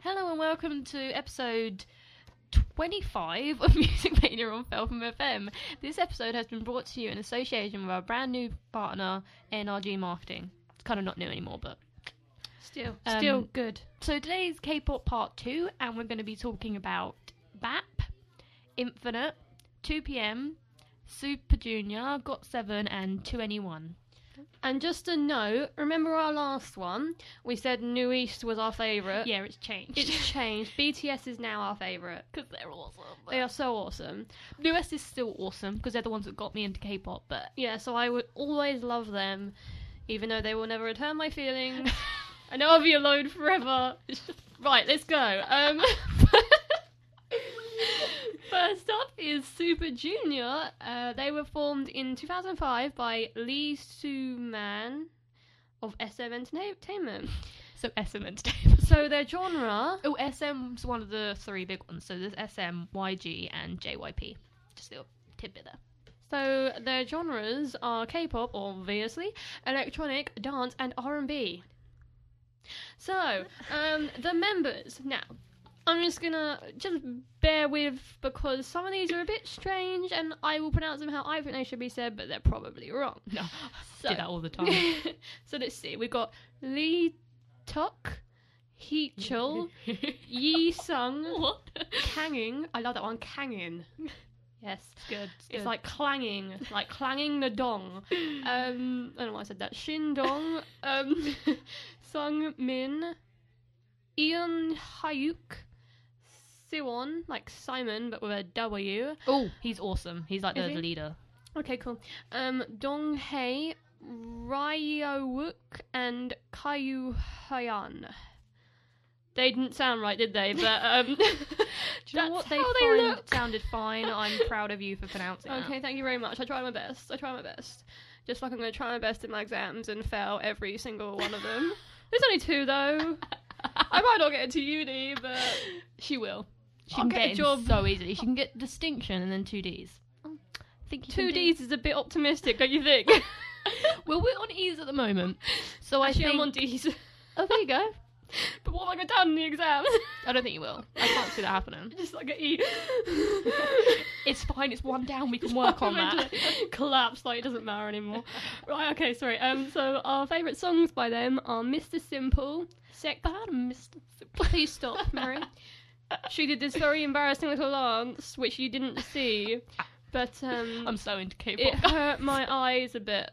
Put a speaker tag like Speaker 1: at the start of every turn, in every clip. Speaker 1: Hello and welcome to episode 25 of Music Mania on Feltham FM. This episode has been brought to you in association with our brand new partner, NRG Marketing. It's kind of not new anymore, but
Speaker 2: Still,
Speaker 1: Um,
Speaker 2: still good.
Speaker 1: so today's K-pop part two, and we're going to be talking about BAP, Infinite, 2 PM, Super Junior, Got Seven, and E 2NE1.
Speaker 2: And just a note, remember our last one? We said New East was our favourite.
Speaker 1: Yeah, it's changed
Speaker 2: Uh, It's changed. BTS is now our favourite.
Speaker 1: because they're awesome.
Speaker 2: They are so awesome.
Speaker 1: New S is still awesome because they're the ones that got me into K-pop, but
Speaker 2: Yeah, so I would always love them, even though they will never return my feelings. I know I'll be alone forever. right, let's go. Um, first up is Super Junior. Uh, they were formed in 2005 by Lee Soo Man of SM Entertainment.
Speaker 1: so SM Entertainment.
Speaker 2: So their genre
Speaker 1: Oh, SM's one of the three big ones. So there's SM, YG, and JYP. Just a little tidbit there.
Speaker 2: So their genres are K-pop, obviously, electronic, dance, and R&B. So um, the members now. I'm just gonna just bear with because some of these are a bit strange, and I will pronounce them how I think they should be said, but they're probably wrong.
Speaker 1: No,
Speaker 2: So,
Speaker 1: do that all the time.
Speaker 2: so let's see. We've got Lee Tuck, Hee Chul, Yi Sung,
Speaker 1: what?
Speaker 2: Kangin. I love that one, Kangin. Yes.
Speaker 1: good. Mm.
Speaker 2: It's like clanging, like clanging the dong.
Speaker 1: uh,
Speaker 2: Um, I don't know why I said that. Shin Dong, um, Sung Min, Ian Hayuk, Siwon, like Simon but with a W.
Speaker 1: oh, he's awesome. He's like the,
Speaker 2: Is he?
Speaker 1: the leader.
Speaker 2: Okay, cool. Um, Dong Hae, Ryowook, and Kayu Hyan. They didn't sound right, did they? But um,
Speaker 1: Do you know
Speaker 2: that's
Speaker 1: what they,
Speaker 2: how
Speaker 1: find
Speaker 2: look.
Speaker 1: sounded fine. I'm proud of you for pronouncing that.
Speaker 2: Okay, thank you very much. I tried my best. I tried my best. Just like I'm going to try my best in my exams and fail every single one of them. There's only two though. I might not get into uni, but
Speaker 1: She will. She
Speaker 2: I'll
Speaker 1: can
Speaker 2: get
Speaker 1: get,
Speaker 2: a
Speaker 1: in
Speaker 2: job.
Speaker 1: so easily. She can get distinction and then two Ds. I think you can do-
Speaker 2: two D's is a bit optimistic, don't you think?
Speaker 1: Well, we're on E's at the moment, so I
Speaker 2: Actually,
Speaker 1: think.
Speaker 2: I'm on D's.
Speaker 1: Oh, there you go.
Speaker 2: but what have I got down in the exams?
Speaker 1: I don't think you will. I can't see that happening.
Speaker 2: Just like an E.
Speaker 1: It's fine. It's one down. We can work on that.
Speaker 2: Eventually Collapse, like it doesn't matter anymore. right, okay, sorry. Um, so our favourite songs by them are Mr. Simple, Sex
Speaker 1: Bad, Mr.
Speaker 2: Please stop, Mary. she did this very embarrassing little dance, which you didn't see, but um,
Speaker 1: I'm so into
Speaker 2: it
Speaker 1: K-pop.
Speaker 2: hurt my eyes a bit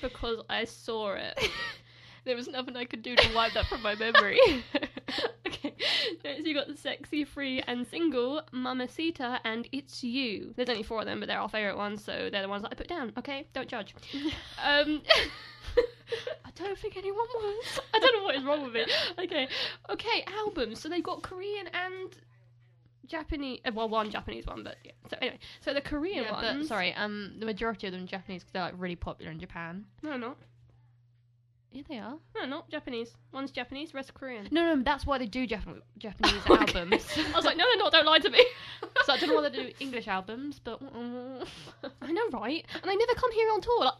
Speaker 2: because I saw it.
Speaker 1: there was nothing I could do to wipe that from my memory.
Speaker 2: okay, next you got the sexy, free, and single Mamacita, and it's you. There's only four of them, but they're our favourite ones, so they're the ones that I put down. Okay, don't judge. Um,
Speaker 1: I don't think anyone was.
Speaker 2: I don't know what is wrong with me. Okay, okay, albums. So they've got Korean and Japanese. uh, Well, one Japanese one, but yeah. So anyway, so the Korean
Speaker 1: Yeah,
Speaker 2: one.
Speaker 1: but sorry. Um, the majority of them are Japanese because they're like really popular in Japan.
Speaker 2: No, not
Speaker 1: Yeah, they are.
Speaker 2: no, not Japanese. One's Japanese, the rest Korean.
Speaker 1: No, no, that's why they do Jap- Japanese
Speaker 2: Okay.
Speaker 1: albums.
Speaker 2: I was like, no, they're not. Don't lie to me.
Speaker 1: so I don't know why they do English albums, but
Speaker 2: I know, right? And they never come here on tour. Like,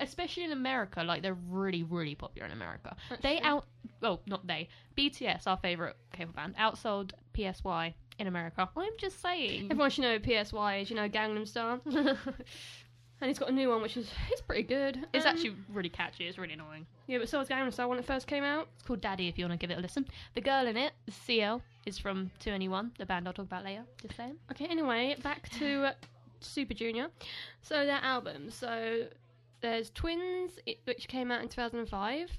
Speaker 1: especially in America, like they're really, really popular in America.
Speaker 2: That's
Speaker 1: they
Speaker 2: true.
Speaker 1: out, well, not they, BTS, our favorite K-pop band, outsold PSY in America. I'm just saying.
Speaker 2: everyone should know PSY is, you know, Gangnam Style. And he's got a new one, which is it's pretty good.
Speaker 1: It's
Speaker 2: Um,
Speaker 1: actually really catchy. It's really annoying.
Speaker 2: yeah, but so was Gangnam Style when it first came out.
Speaker 1: It's called Daddy if you want to give it a listen. The girl in it, CL, is from 2NE1, the band I'll talk about later. Just saying.
Speaker 2: Okay, anyway, back to uh, Super Junior. So their albums. So there's Twins, it, which came out in 2005.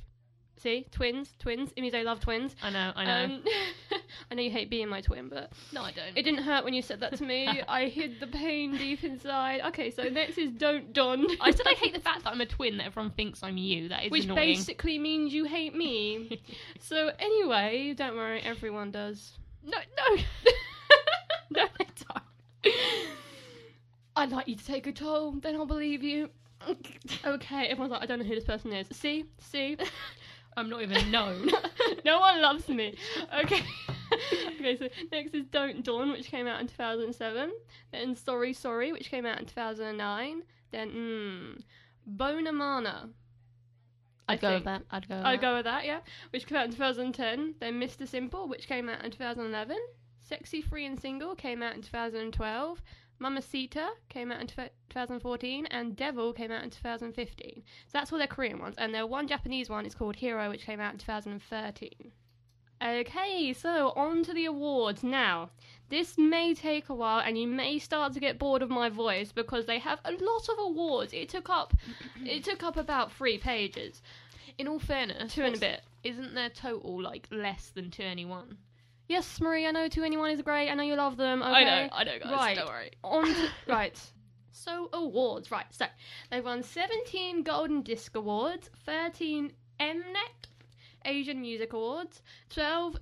Speaker 2: See, Twins, Twins. It means I love twins.
Speaker 1: I know, I know.
Speaker 2: Um, I know you hate being my twin, but
Speaker 1: no, I don't.
Speaker 2: it didn't hurt when you said that to me. I hid the pain deep inside. Okay, so next is Don't Don.
Speaker 1: I said I hate the fact that I'm a twin that everyone thinks I'm you. That is
Speaker 2: Which
Speaker 1: annoying.
Speaker 2: basically means you hate me. so anyway, don't worry, everyone does.
Speaker 1: no, no.
Speaker 2: no, I don't. I'd like you to take a toll, then I'll believe you. Okay, everyone's like, I don't know who this person is. See, see,
Speaker 1: I'm not even known.
Speaker 2: no one loves me. Okay. okay, so next is Don't Dawn, which came out in 2007. Then Sorry, Sorry, which came out in 2009. Then, mmm, Bonamana.
Speaker 1: I'd go
Speaker 2: hmm,
Speaker 1: with
Speaker 2: think.
Speaker 1: that. I'd go. With
Speaker 2: I'd
Speaker 1: that.
Speaker 2: go with that, yeah. Which came out in 2010. Then Mr. Simple, which came out in 2011. Sexy Free and Single came out in 2012. Mamacita came out in tw 2014. And Devil came out in 2015. So that's all their Korean ones. And their one Japanese one is called Hero, which came out in 2013. Okay, so on to the awards now. This may take a while, and you may start to get bored of my voice because they have a lot of awards. It took up, it took up about three pages,
Speaker 1: In all fairness,
Speaker 2: two and a
Speaker 1: what's-
Speaker 2: bit.
Speaker 1: Isn't their total like less than two E anyone?
Speaker 2: Yes, Marie, I know 2anyone is great. I know you love them. Okay.
Speaker 1: I know, guys.
Speaker 2: Right.
Speaker 1: worry.
Speaker 2: On to, right. So, awards. Right, so they've won 17 Golden Disc Awards, 13 Mnet E Asian Music Awards, 12,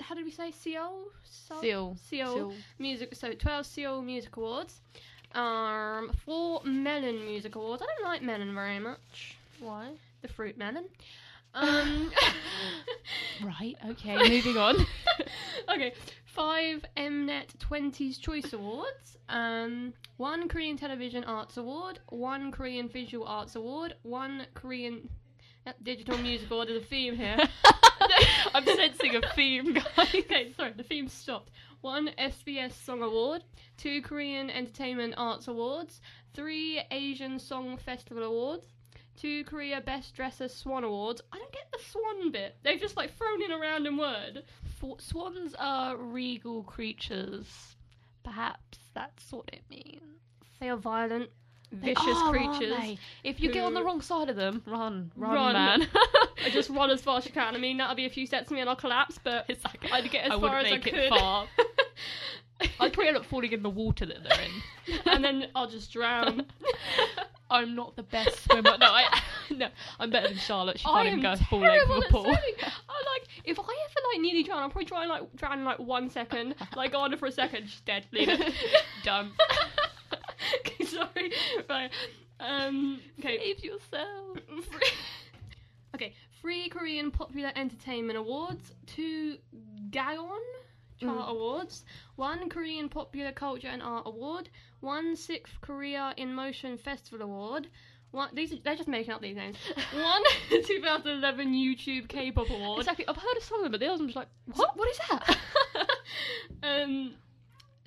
Speaker 2: how did we say, Seoul? Seoul?
Speaker 1: Seal.
Speaker 2: Seoul. Music, so 12 Seoul Music Awards, um, 4 Melon Music Awards. I don't like melon very much,
Speaker 1: Why?
Speaker 2: the fruit melon. Um,
Speaker 1: Right. Okay. Moving on.
Speaker 2: okay, five Mnet 20s Choice Awards, um, one Korean Television Arts Award, one Korean Visual Arts Award, one Korean Yep, Digital Music Award. There's a theme here.
Speaker 1: I'm sensing a theme, guys.
Speaker 2: okay, sorry, the theme stopped. One SBS Song Award, two Korean Entertainment Arts Awards, three Asian Song Festival Awards. Two Korea Best Dresser Swan Awards. I don't get the swan bit. They've just like thrown in a random word.
Speaker 1: For- swans are regal creatures. Perhaps that's what it means.
Speaker 2: They are violent, vicious creatures.
Speaker 1: If you get on the
Speaker 2: who-
Speaker 1: wrong side of them, run, run,
Speaker 2: Run.
Speaker 1: man.
Speaker 2: I just run as fast as I can. I mean, that'll be a few steps to me and I'll collapse, but
Speaker 1: It's like,
Speaker 2: I'd get
Speaker 1: I
Speaker 2: as far
Speaker 1: wouldn't
Speaker 2: as I
Speaker 1: make
Speaker 2: could.
Speaker 1: it far. I'd probably end up falling in the water that they're in.
Speaker 2: and then I'll just drown.
Speaker 1: I'm not the best swimmer. No, I no, I'm better than Charlotte. She
Speaker 2: I
Speaker 1: can't
Speaker 2: am
Speaker 1: even go full
Speaker 2: terrible
Speaker 1: over the
Speaker 2: at
Speaker 1: pool.
Speaker 2: swimming. I like if I ever like nearly drown, I'll probably drown like drown in like one second. Like go on for a second, she's dead. Leave it.
Speaker 1: Done.
Speaker 2: Okay, Sorry. Right. Um. Okay.
Speaker 1: Save yourself.
Speaker 2: okay, three Korean Popular Entertainment Awards, two Gaon Chart
Speaker 1: Mm.
Speaker 2: Awards, one Korean Popular Culture and Art Award, one Sixth Korea in Motion Festival Award. One, these are, they're just making up these names. One 2011 YouTube K-pop Award.
Speaker 1: Exactly. I've heard a song, but the other one's like,
Speaker 2: What? What is that? um,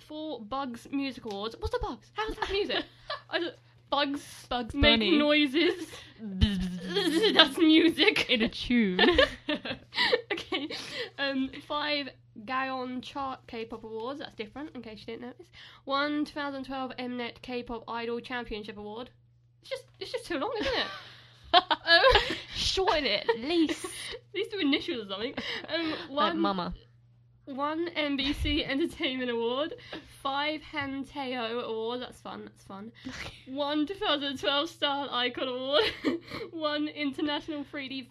Speaker 2: for Bugs Music Awards. What's the Bugs? How's that music? I don't- bugs
Speaker 1: Bugs
Speaker 2: make
Speaker 1: Bunny.
Speaker 2: noises.
Speaker 1: in
Speaker 2: That's music.
Speaker 1: a tune.
Speaker 2: okay. Um, five Gaon Chart K-pop Awards. That's different, in case you didn't notice. One 2012 Mnet K-pop Idol Championship Award. It's just it's just too long, isn't it? um,
Speaker 1: Shorten it, at least.
Speaker 2: these two initials or something. Um,
Speaker 1: Like
Speaker 2: one
Speaker 1: Mama.
Speaker 2: One NBC Entertainment Award, five Hanteo Award, that's fun, that's fun. One 2012 Star Icon Award, one International 3D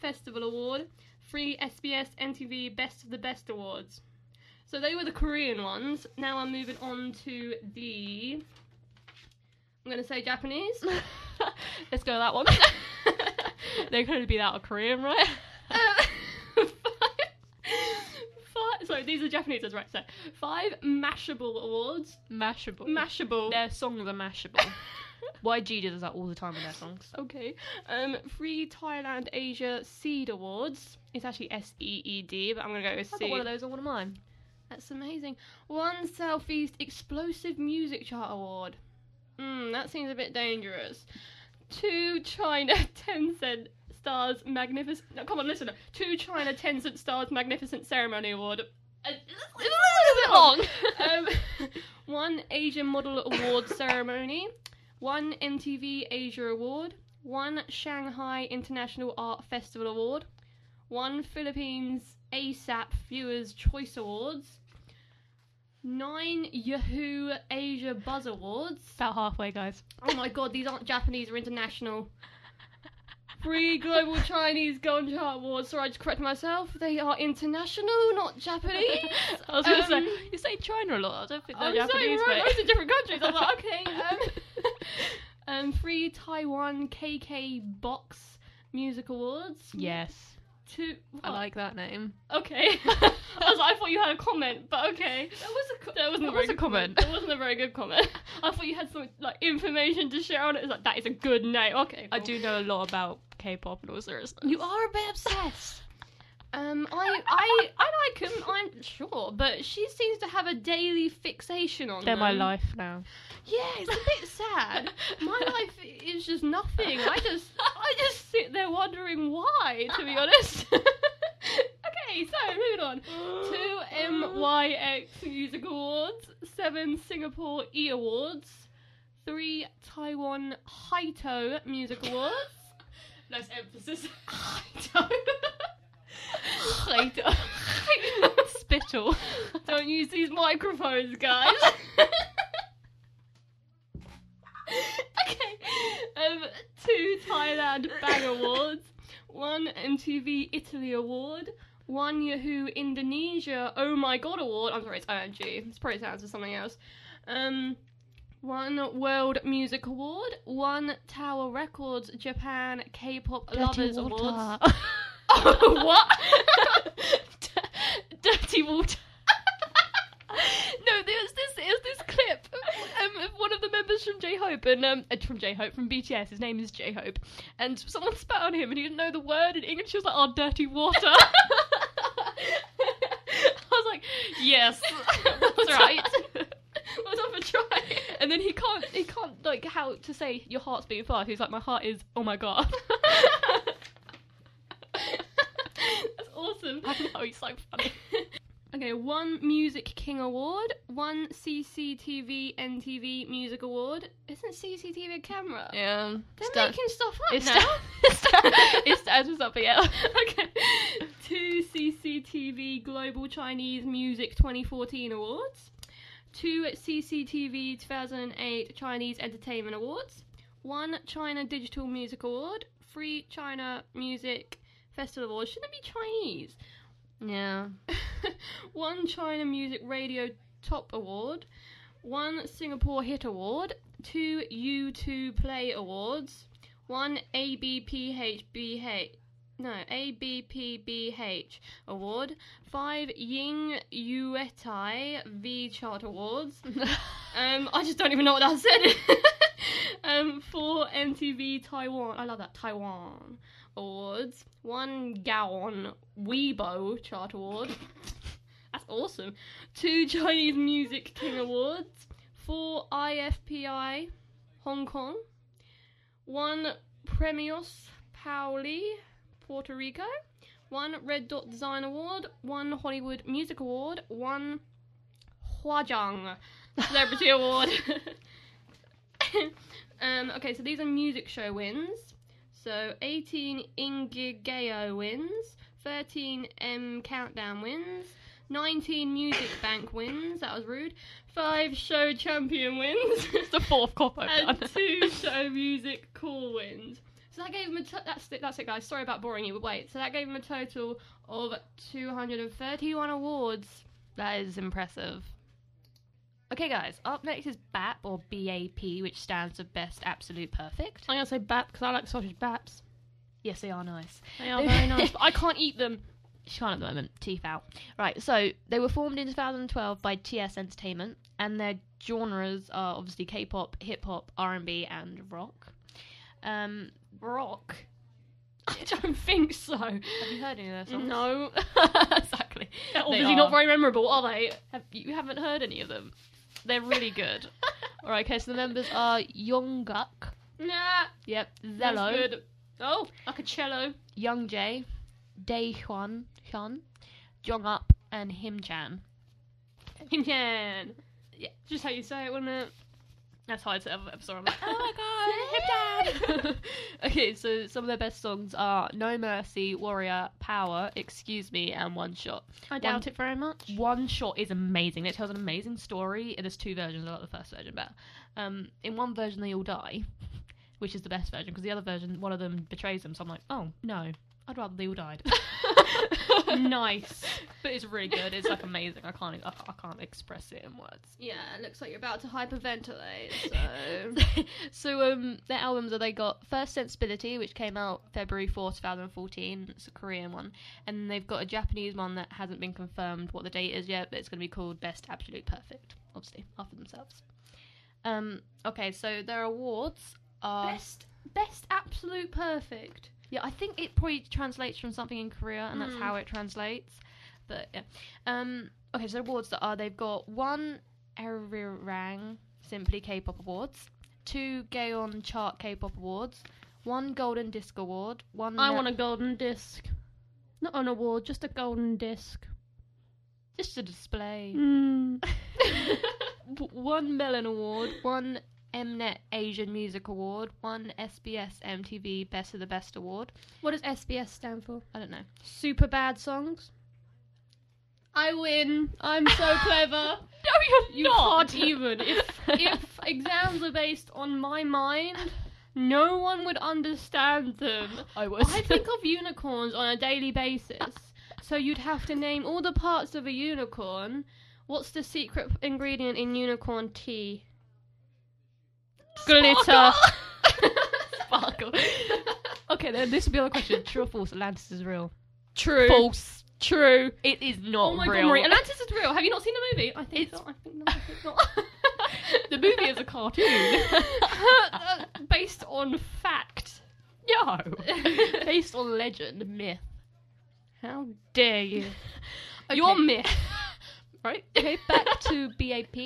Speaker 2: Festival Award, three SBS MTV Best of the Best Awards. So they were the Korean ones. Now I'm moving on to the. I'm going to say Japanese.
Speaker 1: Let's go with that one. They're going to be that or Korean, right?
Speaker 2: Uh, five, sorry, these are Japanese, that's right. So, five Mashable Awards.
Speaker 1: Mashable.
Speaker 2: Mashable.
Speaker 1: Their songs are mashable. YG does that all the time with their songs.
Speaker 2: okay. Um, three Thailand Asia Seed Awards. It's actually S E E D, but I'm gonna go with
Speaker 1: I got one of
Speaker 2: seed.
Speaker 1: those on one of mine.
Speaker 2: That's amazing. One Southeast Explosive Music Chart Award. Hmm, that seems a bit dangerous. Two China Tencent Stars Magnificent. No, come on, listen. Two China Tencent Stars Magnificent Ceremony Award. Uh,
Speaker 1: It's a little bit long.
Speaker 2: um, one Asian Model Award ceremony, one MTV Asia Award, one Shanghai International Art Festival Award, one Philippines ASAP Viewers Choice Awards, nine Yahoo Asia Buzz Awards.
Speaker 1: About halfway, guys.
Speaker 2: Oh my god, these aren't Japanese or international. Three Global Chinese Golden Chart Awards. Sorry, I just corrected myself. They are international, not Japanese.
Speaker 1: I was gonna
Speaker 2: Um,
Speaker 1: say you say China a lot. I don't think they're
Speaker 2: I'm
Speaker 1: Japanese,
Speaker 2: saying right,
Speaker 1: but
Speaker 2: loads of different countries. I'm like, okay. Um, um, three Taiwan KK Box Music Awards.
Speaker 1: yes,
Speaker 2: Two.
Speaker 1: I
Speaker 2: what?
Speaker 1: like that name.
Speaker 2: Okay. I was like, I thought you had kind of comment, but okay.
Speaker 1: That was a co-
Speaker 2: That wasn't
Speaker 1: That
Speaker 2: a very
Speaker 1: was a
Speaker 2: good
Speaker 1: comment.
Speaker 2: That wasn't a very good comment. I thought you had some like information to share on it. It's like that is a good name. Okay,
Speaker 1: I
Speaker 2: cool.
Speaker 1: do know a lot about K-pop and all seriousness.
Speaker 2: You are a bit obsessed. um, I I I like him. I'm sure, but she seems to have a daily fixation on
Speaker 1: They're
Speaker 2: them.
Speaker 1: my life now.
Speaker 2: Yeah, it's a bit sad. my life is just nothing. I just I just sit there wondering why. To be honest. okay, so moving on. Two MYX Music Awards, seven Singapore E Awards, three Taiwan Haito Music Awards.
Speaker 1: Nice emphasis.
Speaker 2: Haito.
Speaker 1: Haito. Spittle.
Speaker 2: Don't use these microphones, guys. okay. Um, two Thailand Bang Awards, one MTV Italy Award, one Yahoo Indonesia Oh My God Award. I'm sorry, it's OMG. This probably sounds for something else. Um, one World Music Award, one Tower Records Japan K-pop Lovers Awards. Oh, what? D- dirty water. no, there's this there's this clip um, of one of the members from J Hope and um uh, from J Hope from BTS. His name is J Hope, and someone spat on him and he didn't know the word in English. He was like, "Oh, dirty water." I was like, "Yes, that's right." What's up for try? And then he can't he can't like how to say your heart's beating fast. He's like, "My heart is oh my god." That's awesome.
Speaker 1: I know, he's so funny.
Speaker 2: Okay, one Music King Award, one CCTV NTV Music Award. Isn't CCTV a camera?
Speaker 1: Yeah.
Speaker 2: They're
Speaker 1: Sta-
Speaker 2: making stuff up
Speaker 1: it's
Speaker 2: now.
Speaker 1: sta- it's sta- it's stands for something else.
Speaker 2: okay. Two CCTV Global Chinese Music 2014 Awards. Two CCTV 2008 Chinese Entertainment Awards. One China Digital Music Award. Three China Music Festival Awards. Shouldn't it be Chinese?
Speaker 1: Yeah.
Speaker 2: one China Music Radio Top Award, one Singapore Hit Award, two U2 Play Awards, one ABPHBH. No, ABPBH Award, five Ying Yuetai V Chart Awards. Um, I just don't even know what that said. um, four MTV Taiwan. I love that Taiwan awards. One Gaon Weibo chart award. That's awesome. Two Chinese Music King awards. Four IFPI Hong Kong. One Premios Pauli Puerto Rico. One Red Dot Design Award. One Hollywood Music Award. One Huajang Celebrity Award. um, okay, so these are music show wins. So 18 Ingigeo wins, 13 M Countdown wins, 19 Music Bank wins, that was rude, 5 Show Champion wins,
Speaker 1: It's the fourth cop I've
Speaker 2: and
Speaker 1: done.
Speaker 2: 2 Show Music Call wins. So that gave him a to- that's it, that's it guys, sorry about boring you, but wait, so that gave him a total of 231 awards.
Speaker 1: That is impressive. Okay, guys, up next is BAP or BAP, which stands for Best Absolute Perfect.
Speaker 2: I'm gonna say bap because I like sausage baps.
Speaker 1: Yes, they are nice.
Speaker 2: They are very nice, but I can't eat them.
Speaker 1: She can't at the moment, teeth out. Right, so they were formed in 2012 by TS Entertainment, and their genres are obviously K-pop, hip-hop, R&B, and rock. Um,
Speaker 2: Rock. I don't think so.
Speaker 1: have you heard any of their songs?
Speaker 2: No.
Speaker 1: exactly.
Speaker 2: They're
Speaker 1: They
Speaker 2: obviously
Speaker 1: are.
Speaker 2: not very memorable, are they?
Speaker 1: Have, you haven't heard any of them. They're really good. All right, okay, so the members are Youngguk,
Speaker 2: Nah.
Speaker 1: yep,
Speaker 2: that's
Speaker 1: Zello,
Speaker 2: good. Oh, like a cello.
Speaker 1: Young Jae, Dae Hyun, Hyun, Jong Up, and Him Chan.
Speaker 2: Himjan. Yeah. Just how you say it, wasn't it? That's how I said every episode. I'm like,
Speaker 1: Oh my god, Him Chan! okay, so some of their best songs are No Mercy, Warrior, Power, Excuse Me, and One Shot.
Speaker 2: I
Speaker 1: doubt
Speaker 2: doubt it very much.
Speaker 1: One Shot is amazing. It tells an amazing story. There's two versions. I like the first version better. Um, in one version, they all die, which is the best version because the other version, one of them betrays them. So I'm like, oh no, I'd rather they all died.
Speaker 2: nice.
Speaker 1: but it's really good. It's like amazing. I can't I, I can't express it in words.
Speaker 2: Yeah, it looks like you're about to hyperventilate. So
Speaker 1: so um their albums are they got First Sensibility, which came out February 4, 2014. It's a Korean one. And they've got a Japanese one that hasn't been confirmed what the date is yet, but it's gonna be called Best Absolute Perfect, obviously, after themselves. Um okay, so their awards are
Speaker 2: best, best absolute perfect.
Speaker 1: yeah, I think it probably translates from something in Korea, and that's
Speaker 2: Mm.
Speaker 1: how it translates. But yeah. Um, okay, so awards that are they've got one Erirang Simply K-pop Awards, two Gaon Chart K-pop Awards, one Golden Disc Award, one.
Speaker 2: I want a golden disc, not an award, just a golden disc.
Speaker 1: just a display.
Speaker 2: Mm.
Speaker 1: W- one Melon Award, one Mnet Asian Music Award, one SBS MTV Best of the Best Award.
Speaker 2: What does SBS stand for?
Speaker 1: I don't know.
Speaker 2: Super bad songs. I win. I'm so clever.
Speaker 1: No, you're
Speaker 2: You can't even. If if exams are based on my mind, no one would understand them.
Speaker 1: I was.
Speaker 2: I think of unicorns on a daily basis. So you'd have to name all the parts of a unicorn. What's the secret ingredient in unicorn tea? Glitter.
Speaker 1: Sparkle. Okay, then this would be the question. True or false? Atlantis is real.
Speaker 2: True.
Speaker 1: False.
Speaker 2: True.
Speaker 1: It is not
Speaker 2: Oh my
Speaker 1: real.
Speaker 2: god, Marie, Atlantis is real. Have you not seen the movie? I think
Speaker 1: It's-
Speaker 2: not. I think not. I think not.
Speaker 1: the movie is a cartoon.
Speaker 2: based on fact.
Speaker 1: no. Based on legend, myth.
Speaker 2: How dare you?
Speaker 1: Your
Speaker 2: Your
Speaker 1: myth.
Speaker 2: myth.
Speaker 1: Right. Okay, back to BAP.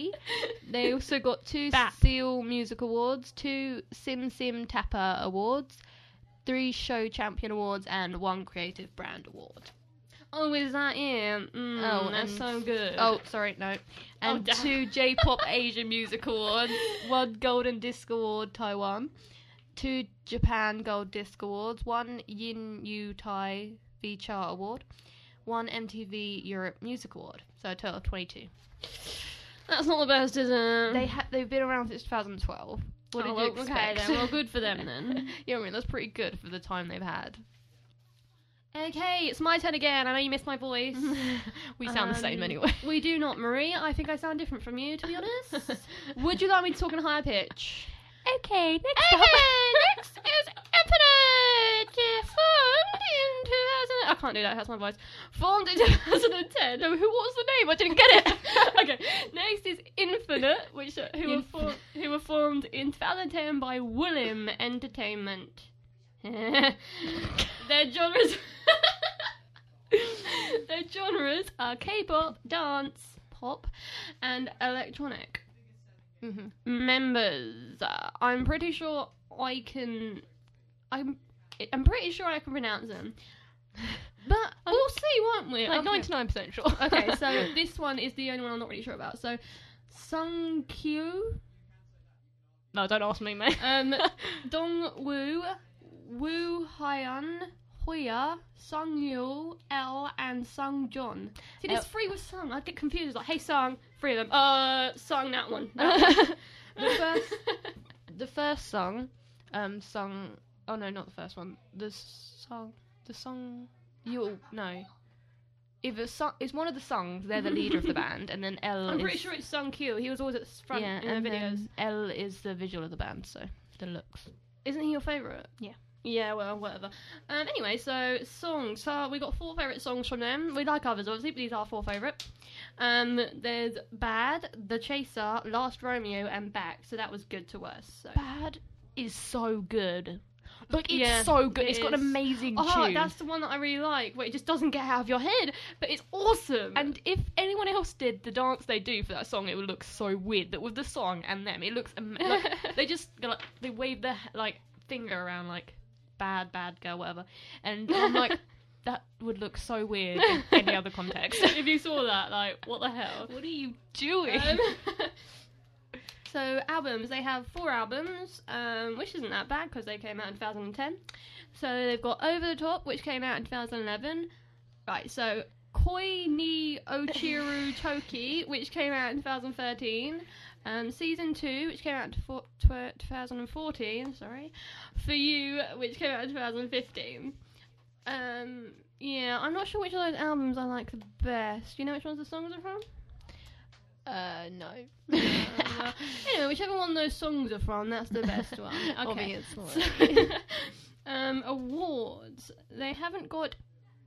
Speaker 1: They also got two
Speaker 2: Bap.
Speaker 1: Seal Music Awards, two Sim Sim Tapper Awards, three Show Champion Awards, and one Creative Brand Award.
Speaker 2: Oh, is that it? Mm,
Speaker 1: Oh,
Speaker 2: oh, that's
Speaker 1: and-
Speaker 2: so good.
Speaker 1: Oh, sorry, no.
Speaker 2: Oh,
Speaker 1: And
Speaker 2: damn.
Speaker 1: two J-pop Asia Music Awards, one Golden Disc Award Taiwan, two Japan Gold Disc Awards, one Yin Yu Tai V Chart Award, one MTV Europe Music Award. So a total of 22.
Speaker 2: that's not the best, is it?
Speaker 1: They ha- they've been around since 2012. What did
Speaker 2: Mm. Oh,
Speaker 1: you
Speaker 2: well,
Speaker 1: expect?
Speaker 2: Okay, then. Well, good for them then.
Speaker 1: yeah, I mean that's pretty good for the time they've had.
Speaker 2: Okay, it's my turn again. I know you missed my voice.
Speaker 1: we sound the same
Speaker 2: Um,
Speaker 1: anyway.
Speaker 2: we do not, Marie. I think I sound different from you, to be honest. Would you like me to talk in a higher pitch?
Speaker 1: okay, next
Speaker 2: Okay, next is Epinet, formed in 2000. I can't do that. That's my voice. Formed in 2010. No, who was the name? I didn't get it. okay. Next is Infinite, which uh, who were
Speaker 1: Infinite.
Speaker 2: formed who were formed in 2010 by Willem Entertainment. Their genres. Their genres are K-pop, dance, pop, and electronic
Speaker 1: hmm
Speaker 2: members. Uh, I'm pretty sure I can. I'm. I'm pretty sure I can pronounce them. But we'll see, won't we?
Speaker 1: Like
Speaker 2: Okay.
Speaker 1: ninety nine percent sure.
Speaker 2: Okay, so this one is the only one I'm not really sure about. So, Sung Kyu,
Speaker 1: no, don't ask me, mate.
Speaker 2: um, Dong Woo, Woo Hyun, Hoya, Sung Yul, L, and Sung John. See,
Speaker 1: L-
Speaker 2: there's three with Sung. I'd get confused. Like, hey, Sung, three of them. Uh, Sung, that one. That one.
Speaker 1: the first the first song um sung oh no not the first one the song the song you'll know if a song it's one of the songs they're the leader of the band and then l
Speaker 2: I'm
Speaker 1: is,
Speaker 2: pretty sure it's Sung Kyu. He was always at the front
Speaker 1: Uh, yeah
Speaker 2: in
Speaker 1: and
Speaker 2: the videos.
Speaker 1: then l is the visual of the band so the looks
Speaker 2: Isn't he your favourite?
Speaker 1: Yeah.
Speaker 2: Yeah, well, whatever. Um, anyway, so songs. So we got four favourite songs from them. We like others, obviously, but these are four favourite. Um, there's Bad, The Chaser, Last Romeo, and Back. So that was good to us. So.
Speaker 1: bad is so good like it's
Speaker 2: Yeah,
Speaker 1: so good
Speaker 2: it
Speaker 1: It's got an
Speaker 2: is.
Speaker 1: amazing
Speaker 2: Oh,
Speaker 1: tune
Speaker 2: that's the one that I really like. Where it just doesn't get out of your head, but it's awesome.
Speaker 1: and if anyone else did the dance they do for that song, it would look so weird. But with the song and them, it looks am- like, they just go like they wave their like finger around like bad bad girl whatever, and I'm like that would look so weird in any other context.
Speaker 2: if you saw that, like, what the hell?
Speaker 1: what are you doing?
Speaker 2: Um, so albums, they have four albums, um, which isn't that bad because they came out in 2010. So they've got Over the Top, which came out in 2011. Right, so Koi ni Ochiru Toki, which came out in 2013. Um, season two, which came out in four, tw- 2014, sorry, for you, which came out in 2015. Um, yeah, I'm not sure which of those albums I like the best. Do you know which ones the songs are from?
Speaker 1: Uh, no.
Speaker 2: Uh, anyway, whichever one those songs are from, that's the best one. Okay.
Speaker 1: Obviously.
Speaker 2: um, awards. They haven't got.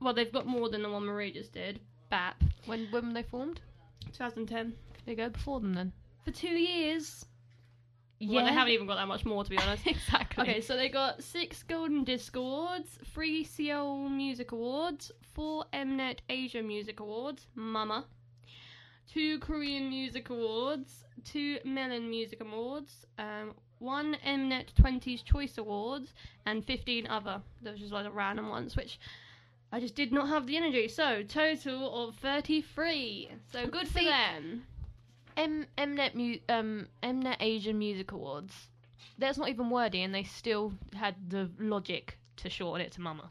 Speaker 2: Well, they've got more than the one Marie just did. BAP.
Speaker 1: when when were they formed?
Speaker 2: 2010.
Speaker 1: They go before them then.
Speaker 2: For two years. Well, they haven't even got that much more, to be honest.
Speaker 1: exactly.
Speaker 2: Okay, so they got six Golden Disc Awards, three Seoul Music Awards, four Mnet Asia Music Awards, Mama, two Korean Music Awards, two Melon Music Awards, um, one Mnet 20s Choice Awards, and 15 other. Those are just like the random ones, which I just did not have the energy. So, total of 33. So, good for
Speaker 1: See-
Speaker 2: them.
Speaker 1: M Mnet mu- um Mnet Asian Music Awards. That's not even wordy, and they still had the logic to shorten it to Mama.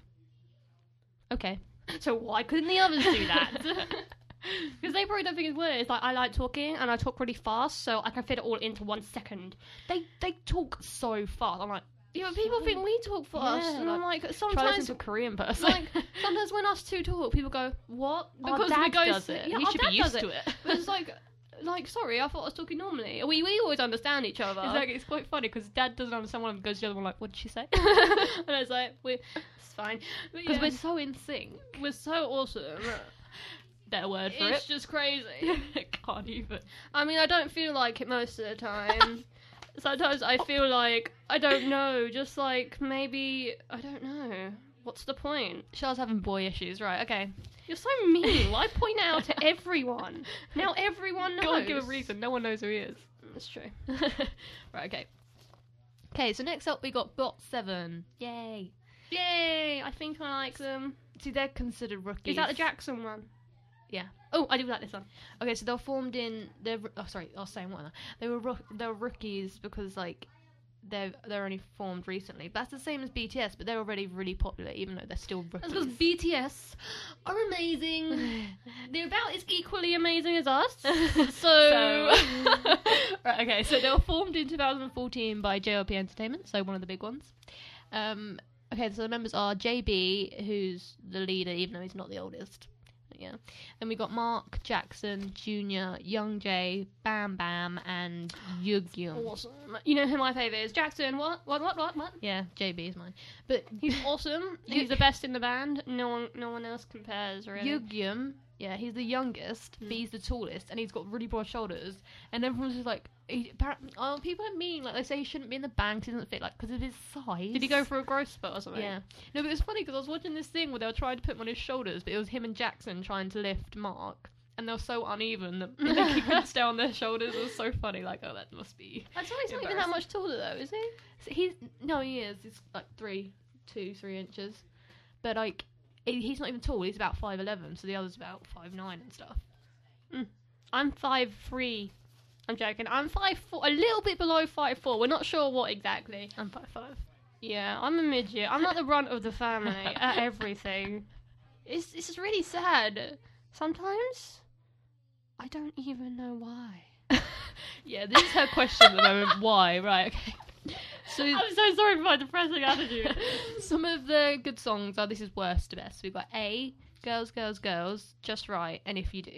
Speaker 1: Okay.
Speaker 2: So why couldn't the others do that? Because they probably don't think it's worth it. It's like I like talking and I talk really fast, so I can fit it all into one second.
Speaker 1: They they talk so fast. I'm like
Speaker 2: Yeah, but people think we talk fast,
Speaker 1: Yeah,
Speaker 2: and I'm like
Speaker 1: try listening
Speaker 2: sometimes,
Speaker 1: to a Korean person.
Speaker 2: like sometimes when us two talk, people go, "What?"
Speaker 1: Our dad does
Speaker 2: so-
Speaker 1: it.
Speaker 2: Yeah,
Speaker 1: you
Speaker 2: our
Speaker 1: should
Speaker 2: dad
Speaker 1: be used
Speaker 2: does
Speaker 1: to it.
Speaker 2: But it's like, like sorry, I thought I was talking normally. We we always understand each other.
Speaker 1: It's like it's quite funny because dad doesn't understand one of them goes to the other one like, what did she say?
Speaker 2: and I was like, we it's fine.
Speaker 1: Because
Speaker 2: Because
Speaker 1: we're so in sync.
Speaker 2: we're we're so awesome.
Speaker 1: Better word for
Speaker 2: It's just crazy.
Speaker 1: it. Can't even.
Speaker 2: I mean, I don't feel like it most of the time. Sometimes I feel like I don't know, just like maybe I don't know. What's the point?
Speaker 1: Charles having boy issues, right? Okay.
Speaker 2: You're so mean. Why point out to everyone? Now everyone knows.
Speaker 1: Go on, give a reason. No one knows who he is.
Speaker 2: That's true.
Speaker 1: right. Okay. Okay. So next up, we got Bot Seven. Yay.
Speaker 2: Yay! I think I like them.
Speaker 1: See, they're considered rookies.
Speaker 2: Is that the Jackson one?
Speaker 1: Yeah.
Speaker 2: Oh, I do like this one.
Speaker 1: Okay, so they're formed in. They're oh sorry, I was saying what? am I? They were rook, they're rookies because like they're they're only formed recently. That's the same as BTS, but they're already really popular, even though they're still
Speaker 2: That's because
Speaker 1: rookies.
Speaker 2: BTS are amazing. They're about as equally amazing as us.
Speaker 1: so,
Speaker 2: So-
Speaker 1: right, okay, so they were formed in 2014 by JLP Entertainment, so one of the big ones. Um, okay, so the members are JB, who's the leader, even though he's not the oldest. Yeah. Then we got Mark Jackson Jr., Young Jay, Bam Bam, and Yugyeom.
Speaker 2: Awesome. You know who my favourite is? Jackson. What? What? What? What? What?
Speaker 1: Yeah, JB is mine. But
Speaker 2: He's awesome.
Speaker 1: You-
Speaker 2: He's the best in the band. No one, no one else compares. Really.
Speaker 1: Yugyeom, yeah, he's the youngest, but he's the tallest, and he's got really broad shoulders. And everyone's just like, he, apparently, oh, people are mean. Like they say he shouldn't be in the band 'cause he doesn't fit, like because of his size.
Speaker 2: Did he go for a growth spurt or something?
Speaker 1: Yeah. No, but it's funny because I was watching this thing where they were trying to put him on his shoulders, but it was him and Jackson trying to lift Mark, and they were so uneven that he couldn't stay on their shoulders. It was so funny. Like, oh, that must be.
Speaker 2: That's why he's not even that much taller though, is he?
Speaker 1: So he's no, he is. He's like three, two, three inches, but like he- he's not even tall. He's about five eleven, so the other's about five nine and stuff.
Speaker 2: I'm five three. I'm joking. I'm five four, a little bit below five four. We're not sure what exactly.
Speaker 1: I'm five five.
Speaker 2: Yeah, I'm a midget. I'm like the runt of the family at everything. It's this is really sad. Sometimes I don't even know why.
Speaker 1: Yeah, this is her question at the moment. Why? Right. Okay. So
Speaker 2: I'm so sorry for my depressing attitude.
Speaker 1: Some of the good songs are This Is Worst to Best. We've got A, Girls, Girls, Girls, Just Right, and If You Do.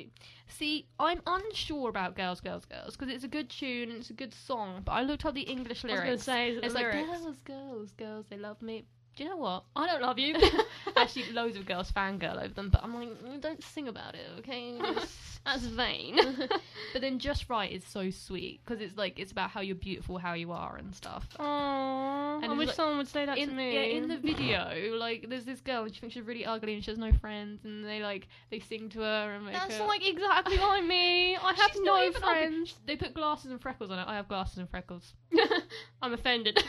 Speaker 1: See, I'm unsure about Girls, Girls, Girls because it's a good tune and it's a good song, but I looked up the English
Speaker 2: I was
Speaker 1: lyrics.
Speaker 2: gonna say the
Speaker 1: it's
Speaker 2: lyrics.
Speaker 1: like, Girls, Girls, Girls, they love me. Do you know what?
Speaker 2: I don't love you.
Speaker 1: Actually, loads of girls fangirl over them, but I'm like, "Mm, don't sing about it, okay?
Speaker 2: That's vain.
Speaker 1: but then Just Right is so sweet because it's like, it's about how you're beautiful, how you are, and stuff.
Speaker 2: Aww, I
Speaker 1: it's
Speaker 2: wish
Speaker 1: like-
Speaker 2: someone would say that to
Speaker 1: in,
Speaker 2: me.
Speaker 1: yeah, in the video, like there's this girl and she thinks she's really ugly and she has no friends and they like they sing to her and make
Speaker 2: That's
Speaker 1: her.
Speaker 2: like exactly like me. I have
Speaker 1: She's not
Speaker 2: no
Speaker 1: even ugly.
Speaker 2: friends.
Speaker 1: they put glasses and freckles on it. I have glasses and freckles.
Speaker 2: I'm offended.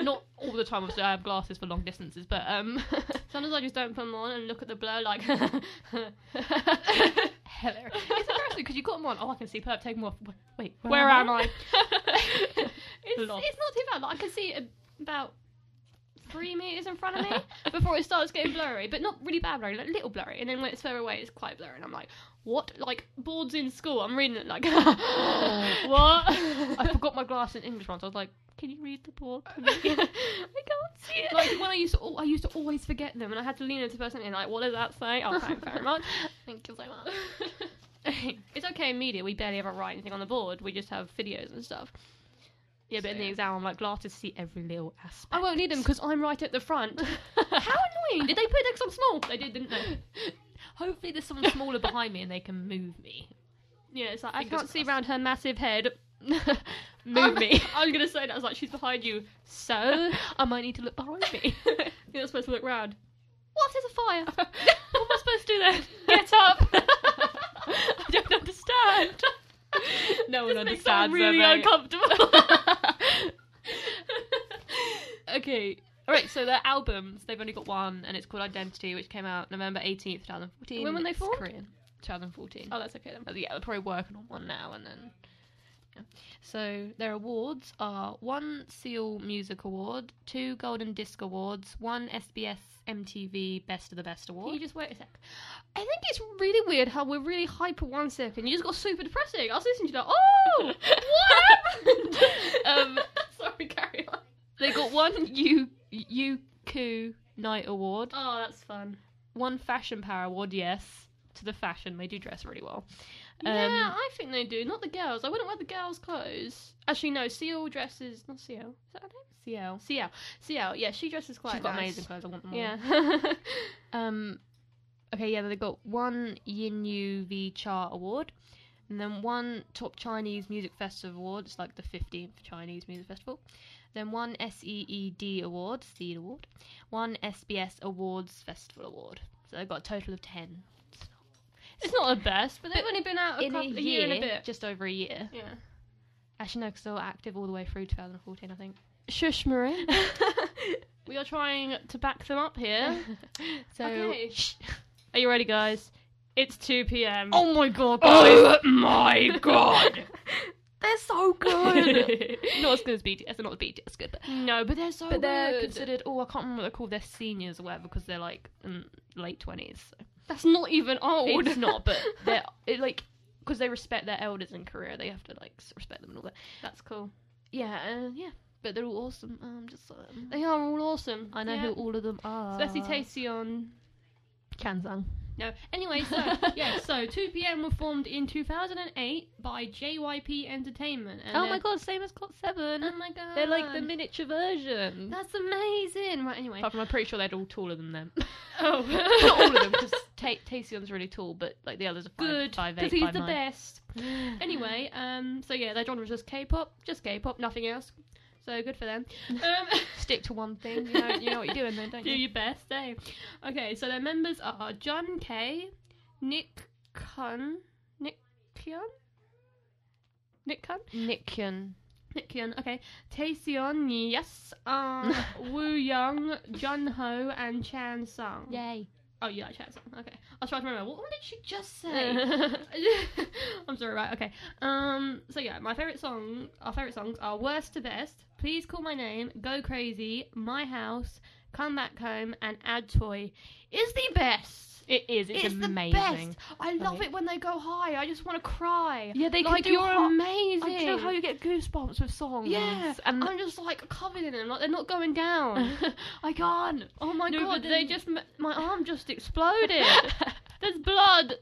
Speaker 1: Not all the time, obviously. I have glasses for long distances, but um,
Speaker 2: Sometimes I just don't put them on and look at the blur like.
Speaker 1: hilarious. It's embarrassing because you got them on. Oh, I can see perfect. Take them off. Wh- Wait, where,
Speaker 2: Where am I?
Speaker 1: I?
Speaker 2: it's, it's not
Speaker 1: Lol.
Speaker 2: too bad. Like, I can see about three meters in front of me before it starts getting blurry, but not really bad blurry, like little blurry. And then when it's further away, it's quite blurry. And I'm like, what? Like boards in school? I'm reading it like, what?
Speaker 1: I
Speaker 2: I
Speaker 1: forgot my glass in English once. I was like, "Can you read the board?"
Speaker 2: I can't see it. Like when I used to, al- I used to always forget them, and I had to lean into the person and like, what does that say? Oh, thank you very much.
Speaker 1: Thank you so much.
Speaker 2: it's okay in media. We barely ever write anything on the board. We just have videos and stuff.
Speaker 1: Yeah, but in
Speaker 2: So-
Speaker 1: the exam, I'm like, glasses see every little aspect.
Speaker 2: I won't need them because I'm right at the front. How annoying! Did they put Dexon small? They did, didn't they?
Speaker 1: Hopefully, there's someone smaller behind me and they can move me.
Speaker 2: Yeah, it's like I
Speaker 1: Fingers
Speaker 2: can't see
Speaker 1: crossed.
Speaker 2: round her massive head.
Speaker 1: Move me.
Speaker 2: I'm gonna say that. I was like, she's behind you. So
Speaker 1: I might need to look behind me.
Speaker 2: you're not supposed to look round. What? There's a fire.
Speaker 1: what am I supposed to do then?
Speaker 2: Get up.
Speaker 1: I don't understand.
Speaker 2: no
Speaker 1: This
Speaker 2: one
Speaker 1: makes someone
Speaker 2: understands.
Speaker 1: really
Speaker 2: them, mate.
Speaker 1: uncomfortable. okay. All right. So their albums, they've only got one, and it's called Identity, which came out November 18th, 2014.
Speaker 2: When were they
Speaker 1: It's
Speaker 2: formed?
Speaker 1: Korean. 2014.
Speaker 2: oh, that's okay then.
Speaker 1: Uh, yeah, they're probably working on one now and then. yeah. So their awards are one Seal Music Award, two Golden Disc Awards, one SBS MTV Best of the Best
Speaker 2: Can you
Speaker 1: Award.
Speaker 2: just wait a sec? I think it's really weird how we're really hype for one second. You just got super depressing. I was listening to that. Oh, what happened?
Speaker 1: Um,
Speaker 2: Sorry, carry on.
Speaker 1: They got one U Yuku Night Award,
Speaker 2: Oh, that's fun.
Speaker 1: one Fashion Power Award. Yes, to the fashion, they do dress really well. Um,
Speaker 2: yeah, I think they do. Not the girls. I wouldn't wear the girls' clothes. Actually, no. Seal dresses. Not Seal. Is that her name?
Speaker 1: CL.
Speaker 2: Seal. Seal. Yeah, she dresses quite
Speaker 1: She's got
Speaker 2: nice.
Speaker 1: amazing clothes. I want them all.
Speaker 2: Yeah.
Speaker 1: Um, okay, yeah, they got one Yin Yu V Chart Award, and then one Top Chinese Music Festival Award. It's like the fifteenth Chinese Music Festival. Then one SEED Award, Seed Award, one SBS Awards Festival Award. So they've got a total of ten
Speaker 2: it's not the best, but they've only been out a,
Speaker 1: in
Speaker 2: couple,
Speaker 1: a year,
Speaker 2: year and a bit.
Speaker 1: just over a year.
Speaker 2: Yeah.
Speaker 1: Actually, no, because they were active all the way through 2014, I think.
Speaker 2: Shush, Marie. we are trying to back them up here.
Speaker 1: so,
Speaker 2: Okay. Are you ready, guys? It's 2 p.m.
Speaker 1: oh my god, guys,
Speaker 2: Oh my god!
Speaker 1: they're so good. not as good as BTS, they're not as BTS good, but
Speaker 2: no, but they're so
Speaker 1: but they're
Speaker 2: good.
Speaker 1: considered. Oh, I can't remember what they're called. They're seniors or whatever because they're like in late twenties.
Speaker 2: That's not even old.
Speaker 1: It's not, but they're it, like because they respect their elders in Korea. They have to like s- respect them and all that.
Speaker 2: that's cool.
Speaker 1: Yeah, uh, yeah. But they're all awesome. Um, just um,
Speaker 2: They are all awesome.
Speaker 1: I know
Speaker 2: Yeah.
Speaker 1: who all of them are.
Speaker 2: Especially Tasty on.
Speaker 1: Kansang.
Speaker 2: No. Anyway, so yeah, so 2 p.m. were formed in 2008 by JYP Entertainment. And
Speaker 1: Oh
Speaker 2: they're-
Speaker 1: my god, same as Cot Seven.
Speaker 2: Oh my god!
Speaker 1: they're like the miniature version.
Speaker 2: That's amazing. Right. Anyway.
Speaker 1: Apart from, I'm pretty sure they're all taller than them.
Speaker 2: Oh.
Speaker 1: Not all of them, because Taesion's really tall, but like the others are five,
Speaker 2: Good,
Speaker 1: five
Speaker 2: because
Speaker 1: eight,
Speaker 2: he's
Speaker 1: five
Speaker 2: the
Speaker 1: nine.
Speaker 2: best. Anyway, um, so yeah, their genre is just K-pop, just K-pop, nothing else. So good for them. Um,
Speaker 1: Stick to one thing. You know, you know what you're doing, then, don't
Speaker 2: do
Speaker 1: you?
Speaker 2: your best, eh? Okay, so their members are John K, Nick Kun, Nick Kyun, Nick Kun,
Speaker 1: Nikian.
Speaker 2: Nick Kyun. Okay, Taeseon, yes, um, Woo Young, Jun Ho, and Chan Sung.
Speaker 1: Yay.
Speaker 2: Oh, you like Chan Sung? Okay, I'll try to remember. What, what did she just say? I'm sorry, right? Okay. Um. So yeah, my favorite song, our favorite songs are "Worst to Best," "Please Call My Name," "Go Crazy," "My House," "Come Back Home," and "Ad Toy." Is the best.
Speaker 1: It is. It's, amazing.
Speaker 2: the best. I love
Speaker 1: Right.
Speaker 2: it when they go high. I just want to cry.
Speaker 1: Yeah, they
Speaker 2: like
Speaker 1: can do
Speaker 2: you're
Speaker 1: hot-
Speaker 2: amazing.
Speaker 1: I do you know how you get goosebumps with songs.
Speaker 2: yeah,
Speaker 1: and
Speaker 2: I'm just like covered in them. Like they're not going down.
Speaker 1: I can't.
Speaker 2: oh my
Speaker 1: No,
Speaker 2: god,
Speaker 1: but
Speaker 2: they
Speaker 1: then-
Speaker 2: just m- my arm just exploded. There's blood.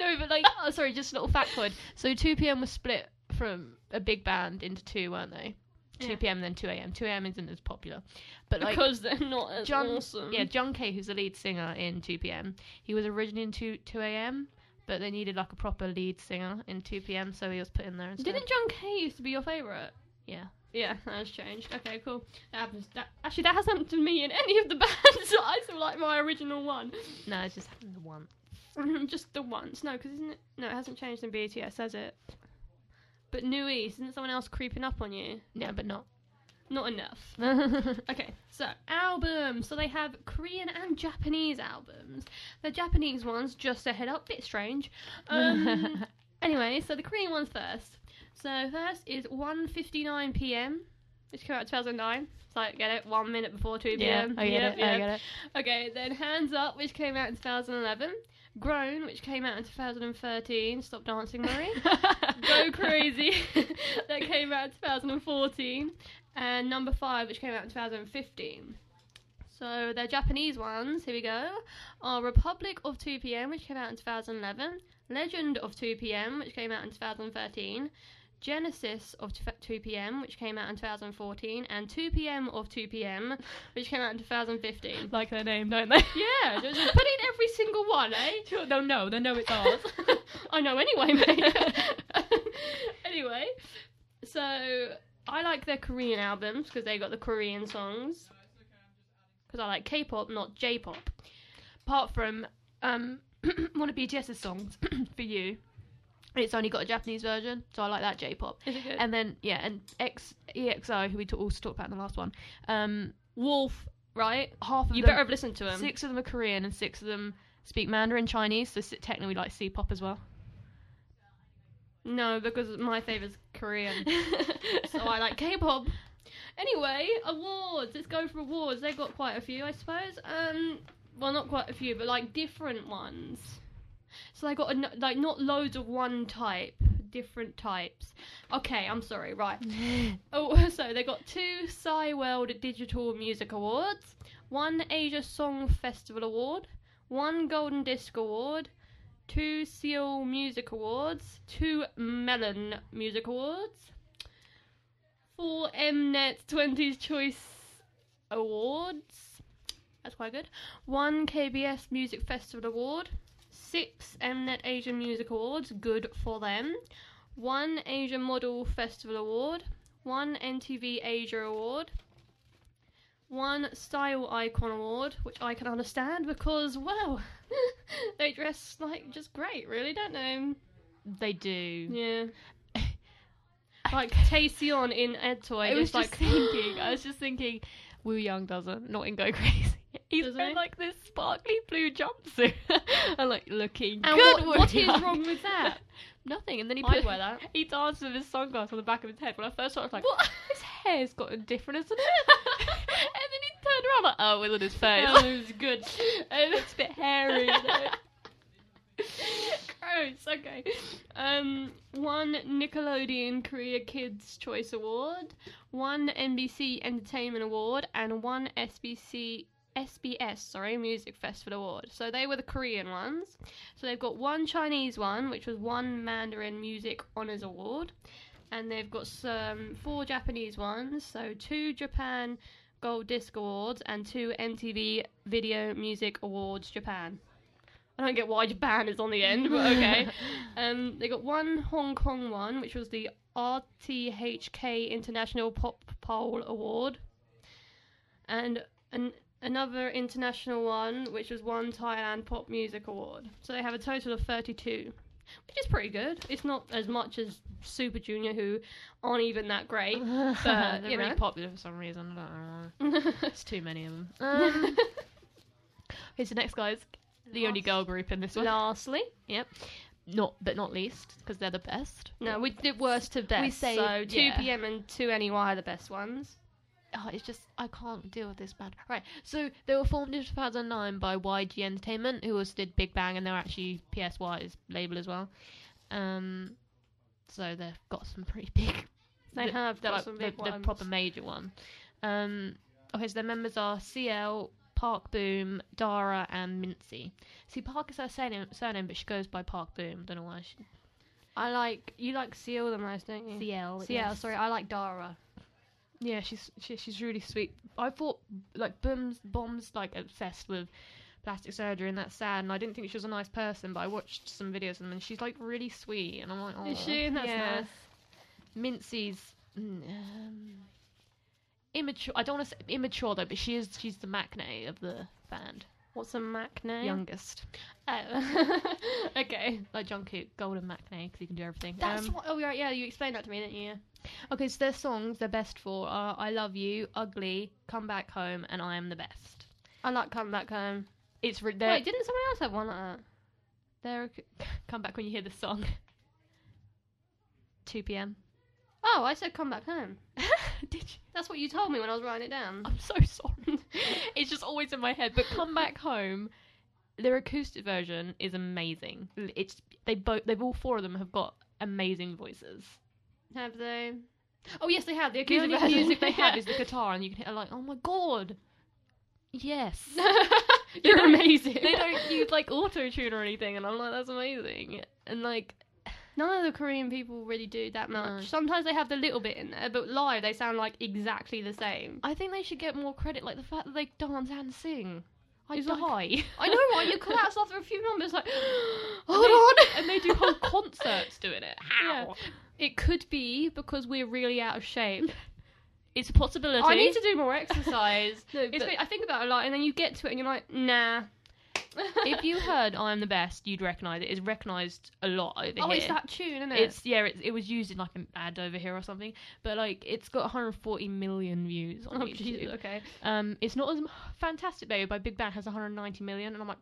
Speaker 1: no, but like, oh, sorry, just a little factoid. So 2 p.m. was split from a big band into two, weren't they? 2
Speaker 2: Yeah.
Speaker 1: p.m. then 2 a.m. 2 a.m. isn't as popular, but like.
Speaker 2: because they're not as
Speaker 1: John,
Speaker 2: awesome.
Speaker 1: yeah, John Kay, who's the lead singer in 2 p.m. He was originally in 2 2 a.m., but they needed like a proper lead singer in 2 p.m., so he was put in there instead.
Speaker 2: Didn't John Kay used to be your favourite?
Speaker 1: Yeah.
Speaker 2: Yeah, that has changed. Okay, cool. That happens. That, actually, that hasn't happened to me in any of the bands. that I still like my original one.
Speaker 1: No, it just happened once.
Speaker 2: Just the once. No, because isn't it? No, it hasn't changed in BTS, has it? But New East, isn't someone else creeping up on you?
Speaker 1: Yeah, but not.
Speaker 2: Not enough. Okay, so albums. So they have Korean and Japanese albums. The Japanese ones, just a head up, bit strange. Um, Anyway, so the Korean ones first. So first is 1:59 p.m. It came out 2009. It's like, get it? One minute before 2
Speaker 1: Yeah,
Speaker 2: p.m.
Speaker 1: I get
Speaker 2: Yep,
Speaker 1: it. I
Speaker 2: yep.
Speaker 1: get it.
Speaker 2: Okay, then Hands Up, which came out in 2011. Grown, which came out in 2013. Stop Dancing Marie. Go Crazy, that came out in 2014. And Number 5, which came out in 2015. So their Japanese ones, here we go, are Republic of 2PM, which came out in 2011. Legend of 2PM, which came out in 2013. Genesis of 2PM, which came out in 2014. And 2PM of 2PM, which came out in 2015.
Speaker 1: like their name, don't they?
Speaker 2: Yeah, just just put in every single one, eh?
Speaker 1: Sure, They'll know. They know it's ours.
Speaker 2: I know anyway, mate. anyway, so I like their Korean albums because they got the Korean songs. Because I like K-pop, not J-pop.
Speaker 1: Apart from um, one of BTS's songs for you, it's only got a Japanese version, so I like that J-pop.
Speaker 2: Is it good?
Speaker 1: And then yeah, and X EXO, who we ta- also talked about in the last one, um, Wolf, right? Half of
Speaker 2: you better
Speaker 1: them,
Speaker 2: have listened to them.
Speaker 1: six of them are Korean and six of them speak Mandarin Chinese. So si- technically, like C-pop as well.
Speaker 2: No, because my favourite's Korean, so I like K-pop. Anyway, awards. Let's go for awards. They got quite a few, I suppose. Um, well, not quite a few, but like different ones. So they got a, n- like not loads of one type, different types. Okay, I'm sorry. Right. Oh, so they got two Psy World Digital Music Awards, one Asia Song Festival Award, one Golden Disc Award, two Seal Music Awards, two Melon Music Awards, four Mnet 20s Choice Awards. That's quite good. One KBS Music Festival Award, six Mnet Asian Music Awards. Good for them. One Asian Model Festival Award one MTV Asia Award, one Style Icon Award, which I can understand because, well, they dress like just great, really, don't they?
Speaker 1: they do.
Speaker 2: Yeah. Like Taeyeon in Ed Toy,
Speaker 1: I was
Speaker 2: just
Speaker 1: just
Speaker 2: like
Speaker 1: thinking. I was just thinking. Woo Young doesn't, not in Go Crazy. He's
Speaker 2: Doesn't
Speaker 1: wearing
Speaker 2: he?
Speaker 1: like this sparkly blue jumpsuit. I'm like looking
Speaker 2: And
Speaker 1: good.
Speaker 2: what-
Speaker 1: Woo
Speaker 2: what is
Speaker 1: Young.
Speaker 2: wrong with that?
Speaker 1: Nothing. And then he
Speaker 2: I'd
Speaker 1: put
Speaker 2: wear that.
Speaker 1: He danced with his sunglasses on the back of his head. When I first saw, it, I was like,
Speaker 2: What?
Speaker 1: His hair's gotten different, isn't it? and then he turned around like, oh, it was on his face.
Speaker 2: Oh, it was good.
Speaker 1: it looks a bit hairy. though.
Speaker 2: Gross. Okay. Um, one Nickelodeon Korea Kids Choice Award, one NBC Entertainment Award, and one SBC SBS sorry Music Festival Award. So they were the Korean ones. So they've got one Chinese one, which was one Mandarin Music Honors Award, and they've got some four Japanese ones. So two Japan. Gold Disc Awards and two MTV Video Music Awards Japan. I don't get why Japan is on the end, but okay. um, they got one Hong Kong one, which was the RTHK International Pop Poll Award, and an, another international one, which was one Thailand Pop Music Award. So they have a total of 32, which is pretty good. It's not as much as Super Junior, who aren't even that great.
Speaker 1: They're
Speaker 2: you
Speaker 1: really
Speaker 2: know.
Speaker 1: popular for some reason. I don't know. It's too many of them. okay, so next guy's the only
Speaker 2: Last-
Speaker 1: girl group in this one.
Speaker 2: Lastly,
Speaker 1: Not, but not least, because they're the best.
Speaker 2: No, we did worst to best.
Speaker 1: say-
Speaker 2: so 2
Speaker 1: yeah.
Speaker 2: p.m. and 2 NY are the best ones.
Speaker 1: Oh, it's just I can't deal with this band. Right, so they were formed in 2009 by YG Entertainment, who also did Big Bang, and they're actually PSY's label as well. Um, so they've got some pretty big.
Speaker 2: They
Speaker 1: the-
Speaker 2: have
Speaker 1: They're
Speaker 2: got
Speaker 1: like
Speaker 2: some
Speaker 1: the,
Speaker 2: big
Speaker 1: the
Speaker 2: ones.
Speaker 1: proper major one. Um, okay, so their members are CL, Park Boom, Dara, and Mincy. See, Park is her surname, surname, but she goes by Park Boom. Don't know why. She,
Speaker 2: I like you like Seal the most, don't you?
Speaker 1: CL.
Speaker 2: Seal, sorry, I like Dara.
Speaker 1: Yeah, she's she, she's really sweet. I thought like Bum's Bomb's like obsessed with plastic surgery and that's sad. And I didn't think she was a nice person, but I watched some videos of them and she's like really sweet. And I'm like, oh,
Speaker 2: Is she? That's
Speaker 1: yeah.
Speaker 2: nice.
Speaker 1: Mincy's mm, um, immature. I don't want to say immature though, but she is she's the macne of the band,
Speaker 2: What's a Mac name?
Speaker 1: youngest.
Speaker 2: Oh. okay.
Speaker 1: Like Jungkook, golden macne because he can do everything.
Speaker 2: That's
Speaker 1: Um,
Speaker 2: what. Oh, right. Yeah, you explained that to me, didn't you?
Speaker 1: okay. So their songs, their best four are "I Love You," "Ugly," "Come Back Home," and "I Am the Best."
Speaker 2: I like Come Back Home.
Speaker 1: It's re- they're-
Speaker 2: Wait, didn't someone else have one Uh, like that?
Speaker 1: There, come back when you hear the song. 2 p.m.
Speaker 2: Oh, I said Come Back Home.
Speaker 1: Did you?
Speaker 2: That's what you told me when I was writing it down.
Speaker 1: I'm so sorry. it's just always in my head. But come back home. Their acoustic version is amazing. L- It's they both they've all four of them have got amazing voices.
Speaker 2: Have they? Oh yes, they have. The
Speaker 1: The
Speaker 2: acoustic
Speaker 1: only
Speaker 2: version.
Speaker 1: music they have
Speaker 2: Yeah.
Speaker 1: is the guitar, and you can hear like, oh my god, yes,
Speaker 2: You're
Speaker 1: don't-
Speaker 2: amazing.
Speaker 1: they don't use like auto tune or anything, and I'm like, that's amazing. And like,
Speaker 2: None of the Korean people really do that much.
Speaker 1: No.
Speaker 2: Sometimes they have the little bit in there, but live they sound like exactly the same.
Speaker 1: I think they should get more credit, like the fact that they dance and sing. I
Speaker 2: It's
Speaker 1: die.
Speaker 2: like- I know, right? You collapse after a few numbers, like, hold
Speaker 1: they-
Speaker 2: on.
Speaker 1: and they do whole concerts doing it. How?
Speaker 2: It could be because we're really out of shape.
Speaker 1: It's a possibility.
Speaker 2: I need to do more exercise.
Speaker 1: No,
Speaker 2: It's
Speaker 1: but-
Speaker 2: been- I think about it a lot, and then you get to it, and you're like, nah.
Speaker 1: if you heard "I Am the Best," you'd recognise it. It's recognised a lot over
Speaker 2: oh,
Speaker 1: here.
Speaker 2: it's that tune, isn't it?
Speaker 1: It's yeah, it, it was used in like an ad over here or something. But like, it's got 140 million views
Speaker 2: oh,
Speaker 1: on YouTube.
Speaker 2: Jesus, okay.
Speaker 1: Um, it's not as m- fantastic baby by Big Bang has 190 million, and I'm like,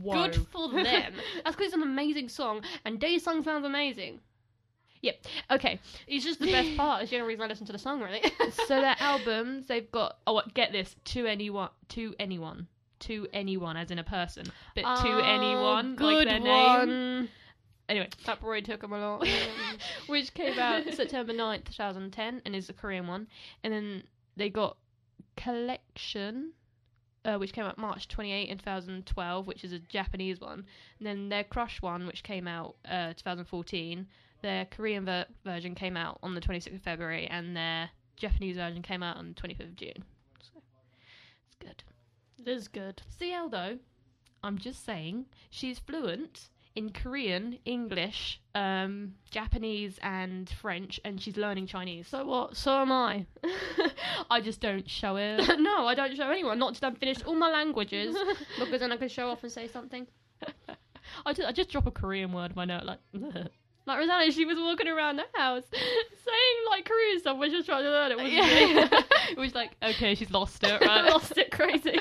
Speaker 1: whoa.
Speaker 2: Good for them. That's because it's an amazing song, and Day's song sounds amazing.
Speaker 1: okay,
Speaker 2: It's just the best part. It's the only reason I listen to the song, really.
Speaker 1: so their albums they've got oh what, get this to anyone to anyone to anyone as in a person, but to anyone
Speaker 2: Ah, good
Speaker 1: like their
Speaker 2: one.
Speaker 1: name. Anyway,
Speaker 2: That probably took them a lot.
Speaker 1: which came out September 9th, 2010, and is the Korean one. And then they got Collection, uh, which came out March 28, in 2012, which is a Japanese one. And then their Crush one, which came out uh, 2014. Their Korean ver- version came out on the 26th of February, and their Japanese version came out on the 25th of June. So it's good.
Speaker 2: this is good.
Speaker 1: CL though, I'm just saying she's fluent in Korean, English, um, Japanese, and French, and she's learning Chinese.
Speaker 2: So what? So am I.
Speaker 1: I just don't show it.
Speaker 2: no, I don't show anyone. Not until I've finished all my languages, because then I can show off and say something.
Speaker 1: I just, I just drop a Korean word in my note like.
Speaker 2: Like Rosanna, she was walking around the house saying like Korean stuff when she was trying to learn it. Wasn't
Speaker 1: Yeah.
Speaker 2: she?
Speaker 1: it was like okay, she's lost it,
Speaker 2: I
Speaker 1: right?
Speaker 2: lost it crazy.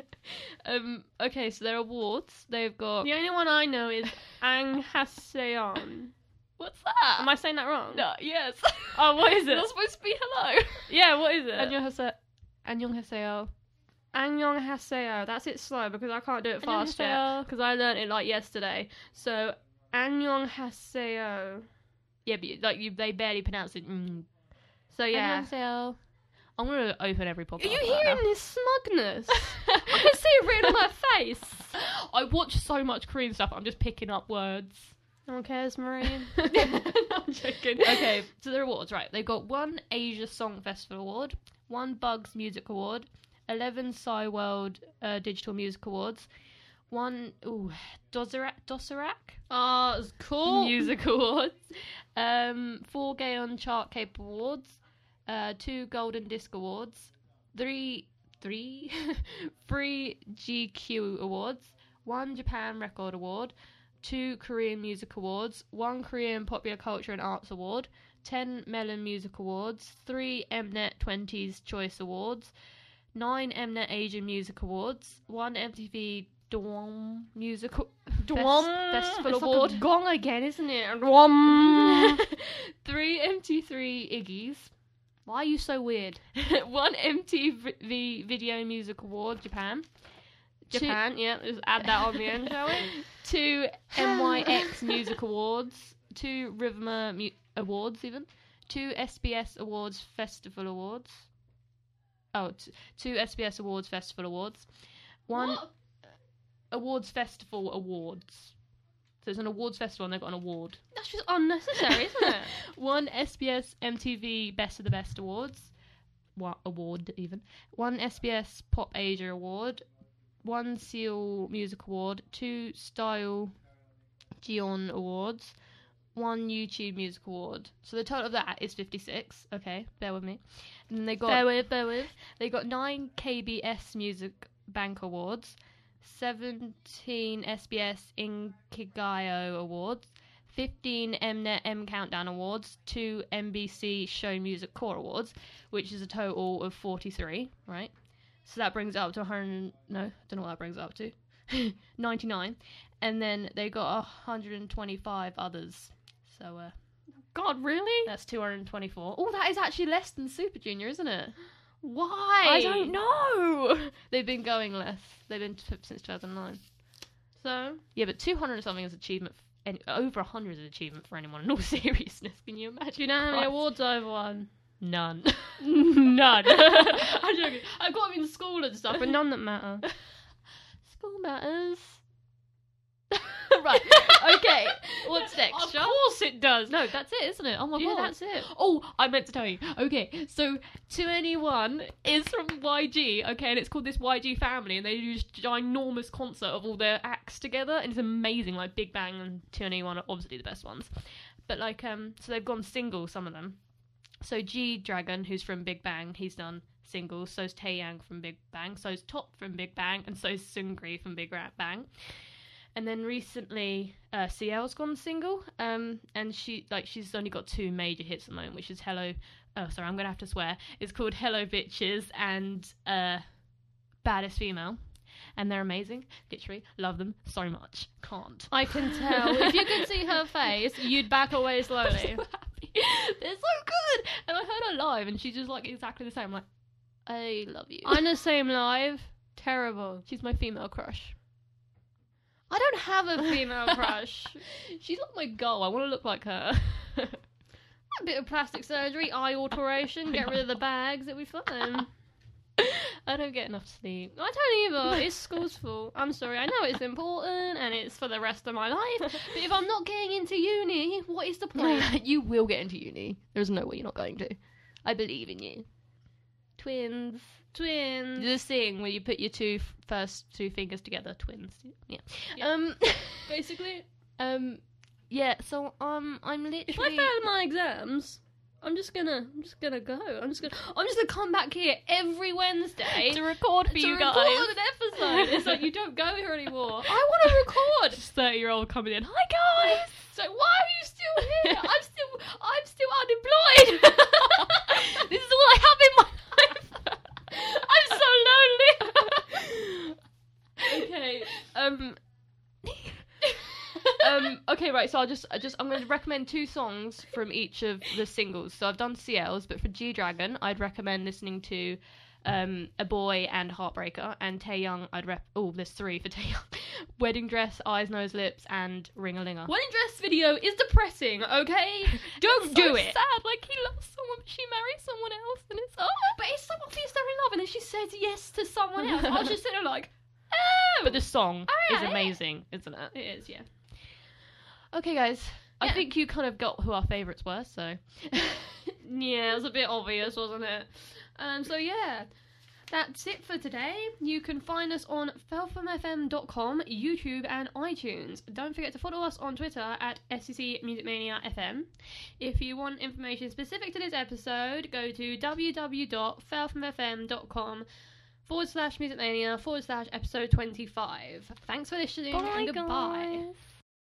Speaker 1: um, okay, so their awards they've got.
Speaker 2: the only one I know is Ang Haseon.
Speaker 1: What's that?
Speaker 2: Am I saying that wrong?
Speaker 1: No, yes.
Speaker 2: Oh, what is it?
Speaker 1: That's supposed to be hello.
Speaker 2: Yeah, what is it?
Speaker 1: 안녕하세요. 안녕하세요.
Speaker 2: Anyong Haseo. That's it slow because I can't do it fast yet. Because I learned it like yesterday. So Anyong Haseo.
Speaker 1: Yeah, but like you, they barely pronounce it. Mm,
Speaker 2: So yeah.
Speaker 1: 안녕하세요. I'm gonna open every podcast.
Speaker 2: Are you
Speaker 1: like
Speaker 2: hearing
Speaker 1: that.
Speaker 2: this smugness? I can see it written on my face.
Speaker 1: I watch so much Korean stuff. I'm just picking up words.
Speaker 2: No one cares, Marie.
Speaker 1: I'm
Speaker 2: joking.
Speaker 1: Okay, so the awards, right? They've got one Asia Song Festival Award, one Bugs Music Award, eleven Psy World uh, Digital Music Awards, one ooh Doserak Doserak
Speaker 2: Oh, it's cool.
Speaker 1: Music Awards, um, four Gaon Chart Cape Awards, uh, two Golden Disc Awards, three, three, three GQ Awards, one Japan Record Award, two Korean Music Awards, one Korean Popular Culture and Arts Award, ten Melon Music Awards, three Mnet 20s Choice Awards, nine Mnet Asian Music Awards, one MTV Dwom Music
Speaker 2: Dwom.
Speaker 1: Fest- Festival
Speaker 2: it's
Speaker 1: Award.
Speaker 2: Like a gong again, isn't it? Dwom.
Speaker 1: three MT3
Speaker 2: Why are you so weird?
Speaker 1: Iggies, one MTV Video Music Award Japan, Two-
Speaker 2: Japan, yeah. Just add that on the end, shall we?
Speaker 1: two MYX Music Awards, two Rhythma Mu- Awards even, two SBS Awards Festival Awards. Oh, t- two SBS Awards Festival Awards, one
Speaker 2: What?
Speaker 1: Awards Festival Awards. So it's an awards festival and they've got an award.
Speaker 2: That's just unnecessary, isn't it?
Speaker 1: One SBS MTV Best of the Best Awards, what award even? One SBS Pop Asia Award, one Seal Music Award, two Style Gion Awards, one YouTube Music Award. So the total of that is fifty six. Okay, bear with me. And then they got
Speaker 2: Bear with, bear with.
Speaker 1: they got nine KBS Music Bank Awards, seventeen SBS Inkigayo Awards, fifteen Mnet M Countdown Awards, two NBC Show Music Core Awards, which is a total of forty-three. Right, so that brings it up to one hundred. No, I don't know what that brings it up to. Ninety-nine, and then they got hundred and twenty-five others. So uh,
Speaker 2: God, really?
Speaker 1: That's 224.
Speaker 2: Oh, that is actually less than Super Junior, isn't it? Why?
Speaker 1: I don't know. They've been going less. They've been t- since 2009.
Speaker 2: So,
Speaker 1: Yeah, but 200 and something is achievement. f- And over 100 is an achievement for anyone. In all seriousness, can you
Speaker 2: do
Speaker 1: imagine?
Speaker 2: you know how many
Speaker 1: Christ.
Speaker 2: awards I've won?
Speaker 1: None.
Speaker 2: none. I'm joking. I've got them in school and stuff, but none that matter.
Speaker 1: School matters. right. Okay. What's next?
Speaker 2: Of
Speaker 1: Shah?
Speaker 2: course it does.
Speaker 1: No, that's it, isn't it? Oh my
Speaker 2: yeah,
Speaker 1: god.
Speaker 2: that's it.
Speaker 1: Oh, I meant to tell you. Okay, so 21 is from YG, okay, and it's called this YG family, and they do this ginormous concert of all their acts together, and it's amazing. Like Big Bang and 21 are obviously the best ones. But like, um, so they've gone single, some of them. So G Dragon, who's from Big Bang, he's done singles. So's Taeyang from Big Bang. So's Top from Big Bang, and so's Sungri from Big Ra- Bang. And then recently, uh, CL's gone single, um, and she like she's only got two major hits at the moment, which is "Hello." Oh, sorry, I'm gonna have to swear. It's called "Hello Bitches" and uh, "Baddest Female," and they're amazing. Literally, love them so much. Can't.
Speaker 2: I can tell. if you could see her face, you'd back away
Speaker 1: I'm so
Speaker 2: slowly.
Speaker 1: happy. They're so good. And I heard her live, and she's just like exactly the same. I'm like, I love you.
Speaker 2: I'm the same live. Terrible.
Speaker 1: she's my female crush.
Speaker 2: I don't have a female crush.
Speaker 1: She's like my goal. I want to look like her.
Speaker 2: a bit of plastic surgery, eye alteration, get rid of the bags, it'll be fine.
Speaker 1: I don't get enough sleep.
Speaker 2: I don't either. It's school's fault. I'm sorry. I know it's important and it's for the rest of my life. But if I'm not getting into uni, what is the point?
Speaker 1: you will get into uni. There's no way you're not going to. I believe in you. Twins.
Speaker 2: Twins.
Speaker 1: The thing where you put your two f- first two fingers together, twins. Yeah.
Speaker 2: Yeah.
Speaker 1: Um.
Speaker 2: Basically,
Speaker 1: um. Yeah. So um, I'm literally.
Speaker 2: if I fail my exams, I'm just gonna, I'm just gonna go. I'm just gonna, I'm just gonna come back here every Wednesday
Speaker 1: to record for
Speaker 2: to
Speaker 1: you
Speaker 2: record
Speaker 1: guys.
Speaker 2: an episode. It's like you don't go here anymore. I want to record.
Speaker 1: Thirty-year-old coming in. Hi guys.
Speaker 2: So why are you still here? I'm still I'm still unemployed.
Speaker 1: this is all I have in my life.
Speaker 2: I'm so lonely. okay.
Speaker 1: um. um, okay, right. So I'll just, I just, I'm going to recommend two songs from each of the singles. So I've done CL's, but for G Dragon, I'd recommend listening to um, A Boy and Heartbreaker, and Tae Young. I'd rep. Oh, there's three for Tae Young: Wedding Dress, Eyes, Nose, Lips, and Ring a Linger.
Speaker 2: Wedding dress video is depressing, okay? Don't do it.
Speaker 1: Sad. Like he loves someone, but she marries someone else, and it's oh.
Speaker 2: But it's so obvious they're in love, and then she says yes to someone else. I was just sitting there like, oh.
Speaker 1: But the song is
Speaker 2: Alright.
Speaker 1: amazing, isn't it?
Speaker 2: it is, yeah.
Speaker 1: Okay, guys. I
Speaker 2: Yeah.
Speaker 1: think you kind of got who our favourites were, so.
Speaker 2: Yeah, it was a bit obvious, wasn't it? Um, so yeah, that's it for today. You can find us on felfamfm.com, YouTube, and iTunes. Don't forget to follow us on Twitter at SEC Music Mania FM. If you want information specific to this episode, go to www.felfamfm.com forward slash musicmania forward slash episode 25. Thanks for listening and goodbye.
Speaker 1: Goodbye.